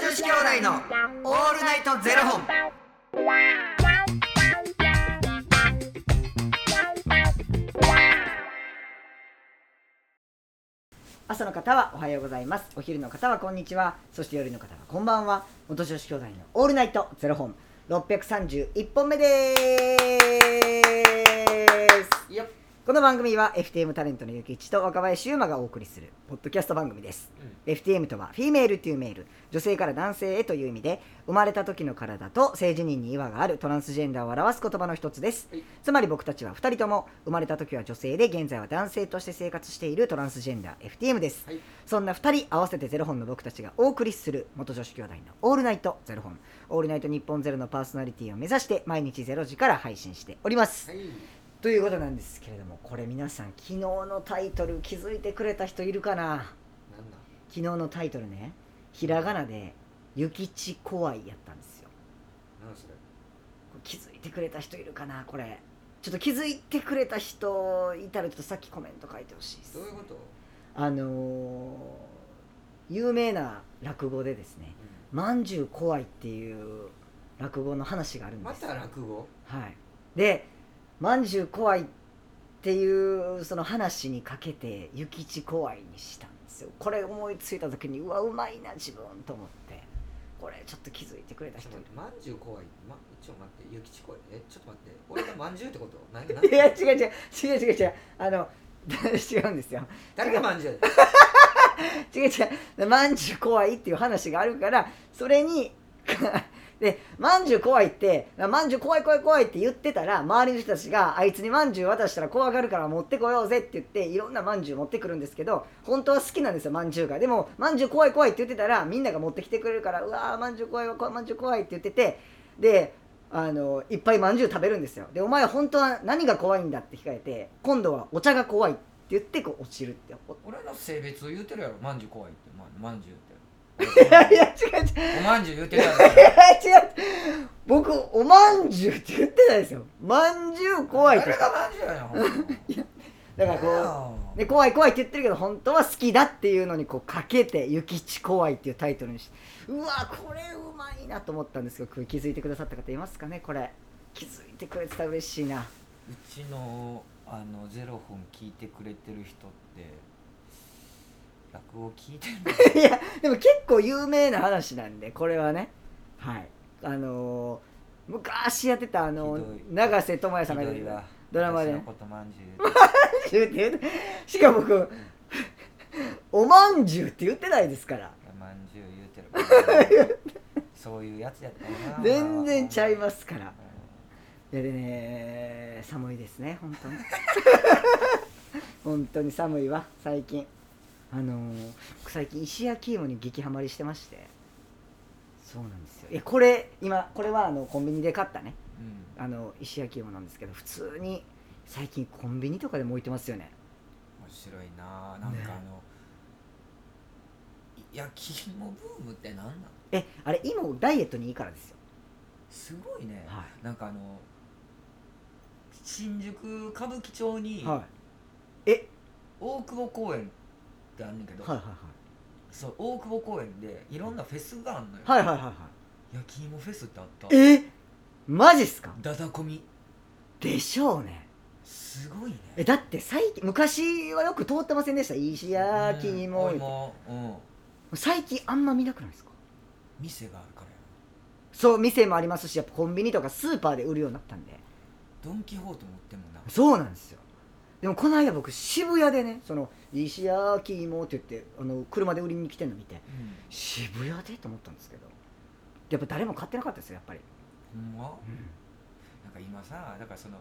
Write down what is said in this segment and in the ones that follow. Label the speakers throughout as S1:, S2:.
S1: 子兄弟のオールナイトゼロ本。
S2: 朝の方はおはようございますお昼の方はこんにちはそして夜の方はこんばんは元女子兄弟のオールナイトゼロ本631本目です
S1: よっ
S2: この番組は FTM タレントのゆきちと若林優馬がお送りするポッドキャスト番組です、FTM とはフィメールというメール女性から男性へという意味で生まれた時の体と性自認に違和があるトランスジェンダーを表す言葉の一つです、
S1: はい
S2: つまり僕たちは2人とも生まれた時は女性で現在は男性として生活しているトランスジェンダー FTM です、
S1: はい
S2: そんな2人合わせてゼロ本の僕たちがお送りする元女子兄弟の「オールナイトゼロ本」「オールナイト日本ゼロのパーソナリティを目指して毎日ゼロ時から配信しております、
S1: はい。
S2: ということなんですけれどもこれ皆さん昨日のタイトル気づいてくれた人いるかな
S1: なんだ。
S2: 昨日のタイトルねひらがなで「ゆきち怖い」やったんですよ
S1: なんそれ。
S2: これ気づいてくれた人いるかなこれちょっと気づいてくれた人いたらちょっとさっきコメント書いてほしいです
S1: どういうこと。
S2: あのー有名な落語でですね「まんじゅう怖い」っていう落語の話があるん
S1: ま
S2: です
S1: た落語。
S2: はい、で「まんじゅう怖い」っていうその話にかけて「諭吉怖い」にしたんですよこれ思いついた時にうわうまいな自分と思ってこれちょっと気づいてくれた
S1: ちょっ
S2: 人
S1: と
S2: い
S1: 待って、まんじゅう怖い。ま、ちょっと待って、ゆきち怖い。え、ちょっと待って、俺がまんじゅうって こと。なな
S2: るいや違う違う違う違う違うあの 違うんですよ
S1: 誰がまんじゅうだよ。
S2: 違う違うまんじゅう怖いっていう話があるからそれに でまんじゅう怖いってまんじゅう怖い怖い怖いって言ってたら周りの人たちがあいつにまんじゅう渡したら怖がるから持ってこようぜって言っていろんなまんじゅう持ってくるんですけど本当は好きなんですよまんじゅうがでもまんじゅう怖い怖いって言ってたらみんなが持ってきてくれるからうわーまんじゅう怖いわこまんじゅう怖いって言っててであのいっぱいまんじゅう食べるんですよでお前本当は何が怖いんだって聞かれて今度はお茶が怖いって言ってこう落ちるってお
S1: 俺の性別を言うてるやろ、まんじゅう怖いって、ま、まんじゅう
S2: い やい
S1: って。
S2: や違う違う
S1: おまんじゅう言うてる やろ。
S2: 違う僕おまんじゅうって言ってないですよまんじゅう怖いって
S1: 誰がまんじゅうやねん。
S2: だからこう、ね、怖い怖いって言ってるけど本当は好きだっていうのにこうかけて「諭吉怖い」っていうタイトルにしてうわこれうまいなと思ったんですけどこれ気づいてくださった方いますかねこれ気づいてくれてたら嬉しいな
S3: うちのあのゼロ本聞いてくれてる人って落語聞いてるの
S2: いやでも結構有名な話なんでこれはねはいあのー昔やってたあの
S3: ひどい
S2: 永瀬智也さんがやって
S3: ひどい
S2: た
S3: わ
S2: ドラマで
S3: 私のことまんじゅう
S2: 言うて言うてしかも僕おまんじゅうって言ってないですから
S3: まんじゅう言うてる からそういうやつやったよな
S2: 全然ちゃいますすからいやでね寒いですね本当に 本当に寒いわ最近あのー僕最近石焼き芋に激ハマりしてましてそうなんですよいやこれ今これはあのコンビニで買ったね
S3: うん
S2: あの石焼き芋なんですけど普通に最近コンビニとかでも置いてますよね
S3: 面白いななんかあの、焼き芋ブームって何なの
S2: えあれ芋ダイエットにいいからですよ
S3: すごいね、
S2: は
S3: なんかあの新宿歌舞伎町に
S2: いえ
S3: 大久保公園ってあんねんけど、
S2: はいはいはい
S3: そう大久保公園でいろんなフェスがあんのよ、
S2: はいはいはいはい
S3: 焼き芋フェスってあった
S2: えマジっすか
S3: ダダこみ
S2: でしょうね
S3: すごいね
S2: えだって最近昔はよく通ってませんでした石焼き芋
S3: うんお
S2: って
S3: 芋うん
S2: 最近あんま見なくないですか
S3: 店があるからや
S2: そう店もありますしやっぱコンビニとかスーパーで売るようになったんで
S3: ドン・キホーテ持ってんもんな
S2: そうなんですよでもこの間僕渋谷でねその石焼き芋って言ってあの車で売りに来てんの見て
S3: うん
S2: 渋谷でと思ったんですけどやっぱ誰も買ってなかったですよやっぱり、
S3: ほんまなんか今さだからその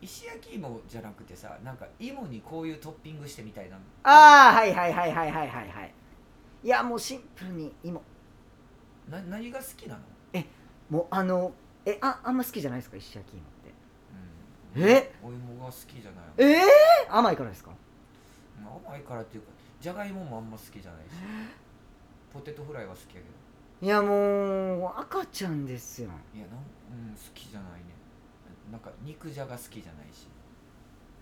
S3: 石焼き芋じゃなくてさなんか芋にこういうトッピングしてみたいな
S2: ああはいはいはいはいはいはいはいいやもうシンプルに芋
S3: な何が好きなの、
S2: もうあのえああんま好きじゃないですか石焼き芋って
S3: うん、
S2: え
S3: お芋が好きじゃない
S2: ええ甘いからですか
S3: まあ甘いからっていうかじゃがいももあんま好きじゃないしポテトフライは好きやけど
S2: いやもう赤ちゃんですよ
S3: いやなん、うん、好きじゃないねなんか肉じゃが好きじゃないし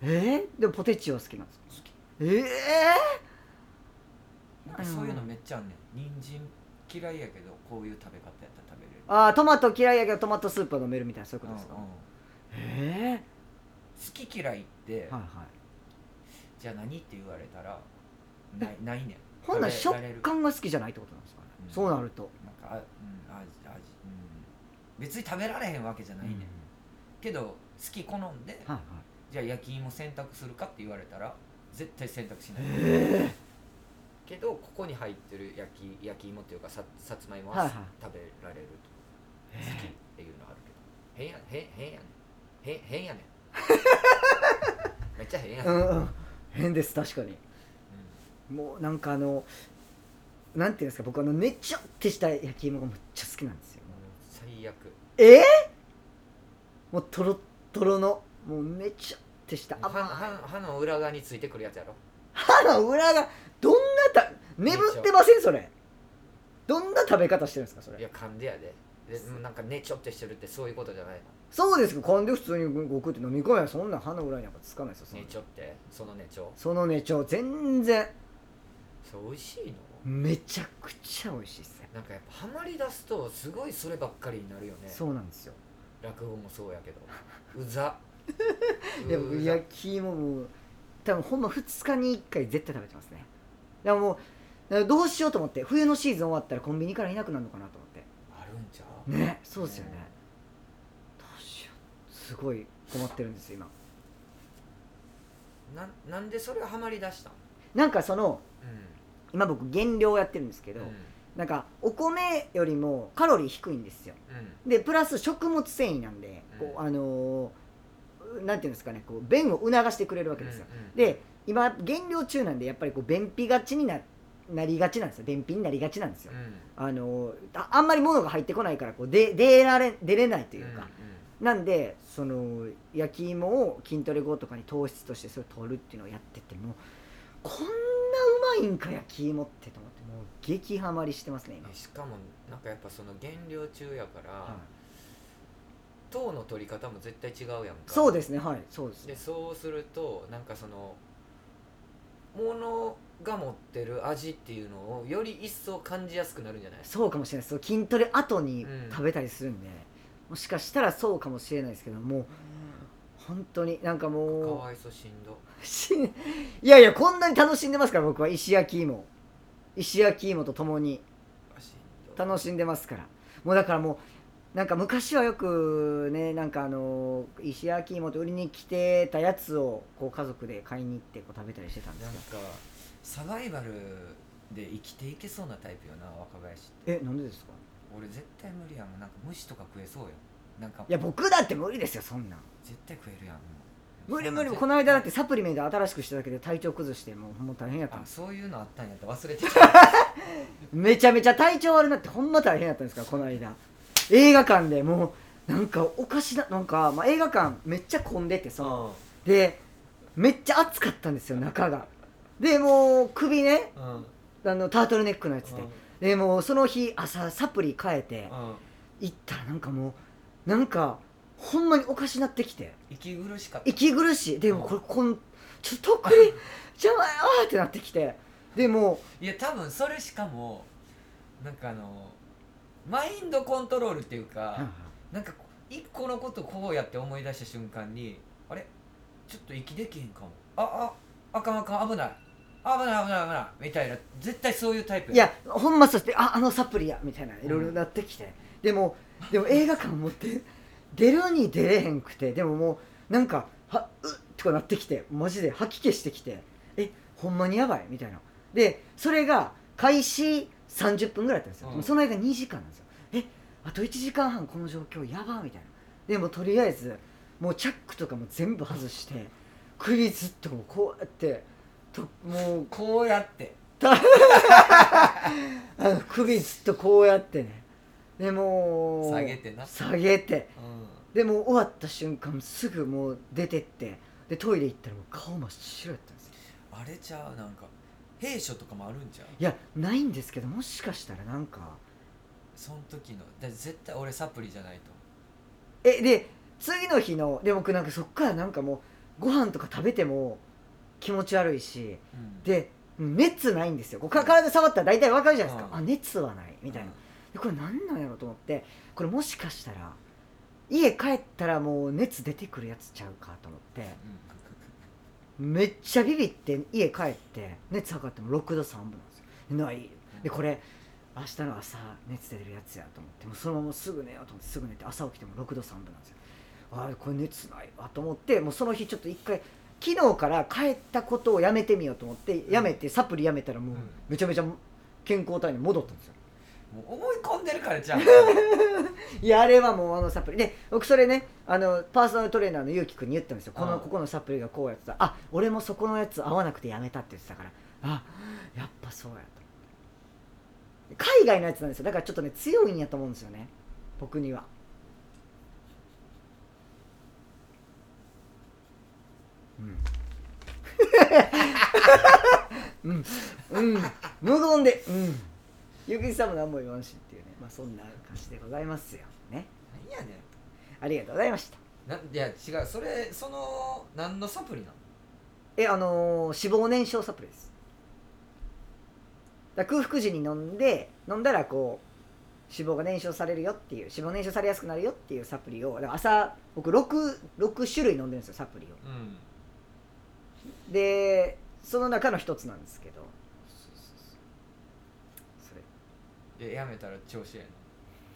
S2: えー、でもポテチは好きなんですか
S3: 好き
S2: ええ
S3: なんかそういうのめっちゃあんねん人参嫌いやけどこういう食べ方やったら食べれる
S2: ああトマト嫌いやけどトマトスープが飲めるみたいなそういうことですか、
S3: うんうん好
S2: え
S3: き嫌いって、
S2: えはいはい
S3: じゃあ何って言われたらないないねん
S2: ほんなら
S3: 食
S2: 食
S3: べられる
S2: 感が好きじゃないってことなんですかね、
S3: うん
S2: そうなると、
S3: なんかあ、うん、味味、うん、別に食べられへんわけじゃないねん、
S2: うん
S3: けど好き好んで
S2: はいはい
S3: じゃあ焼き芋選択するかって言われたら絶対選択しない、
S2: え
S1: けどここに入ってる焼き焼き芋っていうかささつまいも
S2: は
S1: はい
S2: はい
S1: 食べられると、好きっていうのはあるけど変や変変やねん変変 やねんめっちゃ変や
S2: え
S1: ねん、
S2: う
S1: うん
S2: んうん変です確かにもうなんかあのなんていうんですか僕あのねちょってした焼き芋がめっちゃ好きなんですよ
S1: もう最悪
S2: ええもうとろっとろのもうねちょってした
S1: 歯
S2: 甘い
S1: 歯歯の裏側についてくるやつやろ
S2: 歯の裏がどんなた眠ってませんそれどんな食べ方してるんですかそ
S1: い
S2: れ
S1: や噛んでやででもうなんかねちょってしてるってそういうことじゃない
S2: そうですか噛んで普通にご食って飲み込めないそんなん歯の裏になんかつかないですよそ
S1: の
S2: ん
S1: ね
S2: な
S1: ちょってそのねちょ
S2: そのねちょ全然
S1: そう美味しいの
S2: めちゃくちゃ美味しいっすね
S1: なんかやっぱハマり出すとすごいそればっかりになるよね
S2: そうなんですよ
S1: 落語もそうやけど うざ
S2: でも
S1: うざ
S2: 焼き芋も多分ほんま2日に1回絶対食べてますねでももうだからどうしようと思って冬のシーズン終わったらコンビニからいなくなるのかなと思って
S1: あるんちゃう
S2: ねそうですよねどうしようすごい困ってるんですよ今
S1: ななんでそれハマり出したん
S2: なんかその
S1: う
S2: 今僕減量やってるんですけど、
S1: んうん
S2: なんかお米よりもカロリー低いんですよでプラス食物繊維なんで、こう
S1: うん
S2: あのーなんていうんですかねこう便を促してくれるわけですよ、で今減量中なんでやっぱりこう便秘がちにななりがちなんですよ便秘になりがちなんですよ、あのーああんまり物が入ってこないからこうで出られ出れないと
S1: て
S2: いうか、なんでその焼き芋を筋トレ後とかに糖質としてそれを取るっていうのをやっててもうこんなうまいんか焼き芋ってと思ってもう激ハマりしてますね今、
S1: しかもなんかやっぱその減量中やから、
S2: はい
S1: 糖の取り方も絶対違うやんか
S2: そうですねはいそうです
S1: でそうするとなんかそのものが持ってる味っていうのをより一層感じやすくなるんじゃない
S2: そうかもしれないです筋トレ後に
S1: うん
S2: 食べたりするんで、もしかしたらそうかもしれないですけどもう本当になんか
S1: か
S2: も
S1: わいそうしんど
S2: うしんいやいやこんなに楽しんでますから僕は石焼き芋石焼き芋とともに
S1: しんど
S2: 楽しんでますからもうだからもうなんか昔はよくねなんかあの石焼き芋と売りに来てたやつをこう家族で買いに行ってこう食べたりしてたんで
S3: な
S2: すけ
S3: んか
S2: ど
S3: サバイバルで生きていけそうなタイプよな若林って
S2: えなんでですか
S3: 俺絶対無理やもんなんか虫とか食えそうよなんか
S2: いや僕だって無理ですよそんなん
S3: 絶対食えるやん
S2: 無理無理
S3: そんなん絶対
S2: この間だってサプリメント新しくしただけで体調崩してもうもう大変やったん
S3: あ
S2: です
S3: そういうのあったんやった忘れてた
S2: めちゃめちゃ体調悪なってほんま大変やったんですからこの間映画館でもうなんかおかしななんか、まあ、映画館めっちゃ混んでてさ、でめっちゃ暑かったんですよ中がでもう首ね
S3: うんうん
S2: あのタートルネックのやつで、でもうその日朝サプリ変えて
S3: うん
S2: 行ったらなんかもうなんかほんまにおかしなってきて
S3: 息苦しかった
S2: 息苦しいでも
S3: うん
S2: これこんちょっと特に邪魔やわーってなってきてでも
S3: いや多分それしかもなんかあのマインドコントロールっていう
S2: う
S3: かなんか一個のことこうやって思い出した瞬間にあれちょっと息できへんかもあああかんあかん危ない危ない危ない危ないみたいな絶対そういうタイプ
S2: いやほんまそしてああのサプリやみたいないろいろなってきて、でもでも映画館持って 出るに出れへんくてでももうなんかはうっとかなってきてマジで吐き気してきてえほんまにやばいみたいなでそれが開始30分ぐらいだったんですよ、
S3: うん
S2: でもその間2時間なんですよえあと1時間半この状況やばみたいなでもとりあえずもうチャックとかも全部外して首ずっとこうやってともう
S3: こうやって
S2: あの首ずっとこうやってねでもう
S3: 下げてな
S2: 下げて
S3: う
S2: でもう終わった瞬間すぐもう出てってでトイレ行ったらもう顔真っ白やったんですよ
S3: んあれちゃうなんか兵所とかもあるんちゃう
S2: いやないんですけどもしかしたらなんか
S3: その時のだ絶対俺サプリじゃないと思
S2: えで次の日ので僕なんかそっからなんかもうご飯とか食べても気持ち悪いし
S3: う、うん
S2: で熱ないんですよこうか体触ったら大体わかるじゃないですか、
S3: う
S2: あ
S3: ん
S2: 熱はないみたいな、でこれ何なんやろと思ってこれもしかしたら家帰ったらもう熱出てくるやつちゃうかと思ってめっちゃビビって家帰って熱測っても6度3分なんですよでないでこれ明日の朝熱出てるやつやと思ってもうそのまますぐ寝ようと思ってすぐ寝て朝起きても6度3分なんですよああこれ熱ないわと思ってもうその日ちょっと一回昨日から帰ったことをやめてみようと思ってやめてサプリやめたらもう
S3: うん
S2: めちゃめちゃ健康体に戻ったんですよ
S3: もう思い込んでるからじゃ ん
S2: いやあれはもうあのサプリで僕それねあのパーソナルトレーナーのゆうきくんに言ったんですよこの
S3: うん
S2: ここのサプリがこうやってたあ俺もそこのやつ合わなくてやめたって言ってたからあやっぱそうやと思って海外のやつなんですよだからちょっとね強いんやと思うんですよね僕にはうん うん、うん、無言でうんゆきさんも何も言わんしっていうねまあそんな感じでございますよね
S3: 何やね
S2: ありがとうございました
S3: んないや違うそれその何のサプリなの
S2: えあのー脂肪燃焼サプリですだから空腹時に飲んで飲んだらこう脂肪が燃焼されるよっていう脂肪燃焼されやすくなるよっていうサプリをだから朝僕 6, 6種類飲んでるんですよサプリを
S3: うん
S2: でその中の一つなんですけどそれ
S3: でやめたら調子やね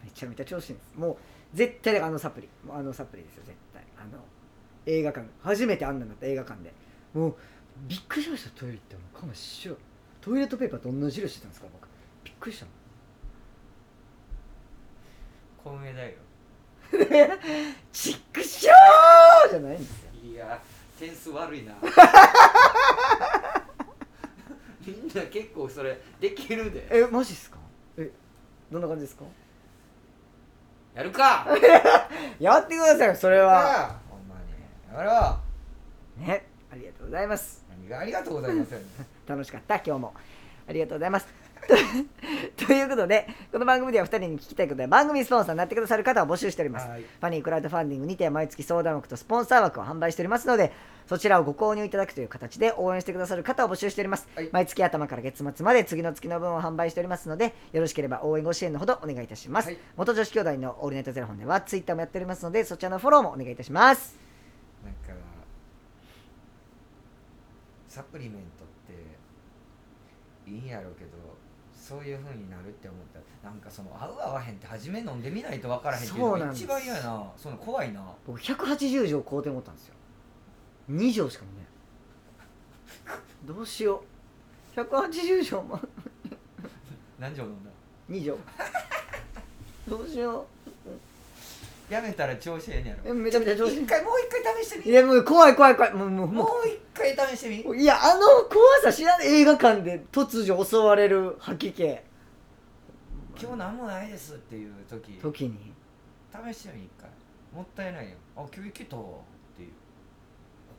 S2: めちゃめちゃ調子いいんですもう絶対だからあのサプリもうあのサプリですよ絶対あの映画館初めてあんなんだった映画館でもうびっくりしましたトイレ行ってもうかもしれトイレットペーパーと同じ色してたんですから僕びっくりしたもん
S3: 小梅だよ
S2: ちっくしょーじゃないんですよ
S3: いや点数悪 いなみんな結構それできるで
S2: えマジっすかえどんな感じですか
S3: やるか
S2: やってくださいよそれは
S3: あほんまにやろ
S2: ねありがとうございます
S3: う何がありがとうございますよね
S2: 楽しかった今日もありがとうございます ということでこの番組では2人に聞きたいことや番組スポンサーになってくださる方を募集しております
S3: はい
S2: ファニークラウドファンディングにて毎月相談枠とスポンサー枠を販売しておりますのでそちらをご購入いただくという形で応援してくださる方を募集しております、
S3: はい
S2: 毎月頭から月末まで次の月の分を販売しておりますのでよろしければ応援ご支援のほどお願いいたします、
S3: はい
S2: 元女子兄弟のオールナイトゼロ本ではツイッターもやっておりますのでそちらのフォローもお願いいたします
S3: なんかサプリメントっていいんやろうけどそういう風になるって思ったらなんかその合う合わへんって初め飲んでみないと分からへんっていうの
S2: そうなん
S3: が
S2: です
S3: 一番嫌やなその怖いな
S2: 僕180錠買うて思ったんですよ2錠しかもねどうしよう180錠も
S3: 何錠飲んだ
S2: 2錠どうしよ
S3: やめたら調子ええんや
S2: うえ
S3: ろ
S2: めちゃめちゃ調子いい
S3: 一回もう一回試してみ
S2: いやもう怖い怖い怖いもうもう
S3: も
S2: も
S3: う一回試してみ
S2: ういやあの怖さ知らない映画館で突如襲われる吐き気
S3: 今日何もないですっていう時
S2: 時に
S3: 試してみ一回もったいないよあ今日いけたわっていう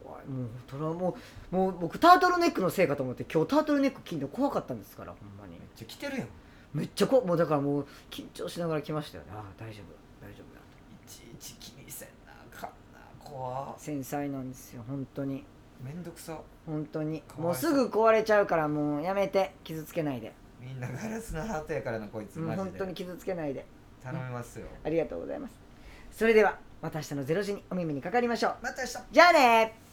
S2: 怖いもうトラもうもう僕タートルネックのせいかと思って今日タートルネック着るの怖かったんですからほんまに
S3: めっちゃ来てるやんい
S2: めっちゃこもうだからもう緊張しながら来ましたよねああ大丈夫大丈夫だ
S3: ちいち気にせんなあかんな怖っ
S2: と繊細なんですよ本当に
S3: めんどくさ
S2: 本当に
S3: か
S2: も
S3: わ
S2: う
S3: いそ
S2: すぐ
S3: う
S2: 壊れちゃうからもうやめて傷つけないで
S3: みんなガラスのハートやからなこいつ
S2: もう
S3: マジ
S2: 本
S3: で
S2: 当に傷つけないで
S3: 頼みますよ
S2: ありがとうございますそれではまた明日の0時にお耳にかかりましょう
S3: また明日
S2: じゃあね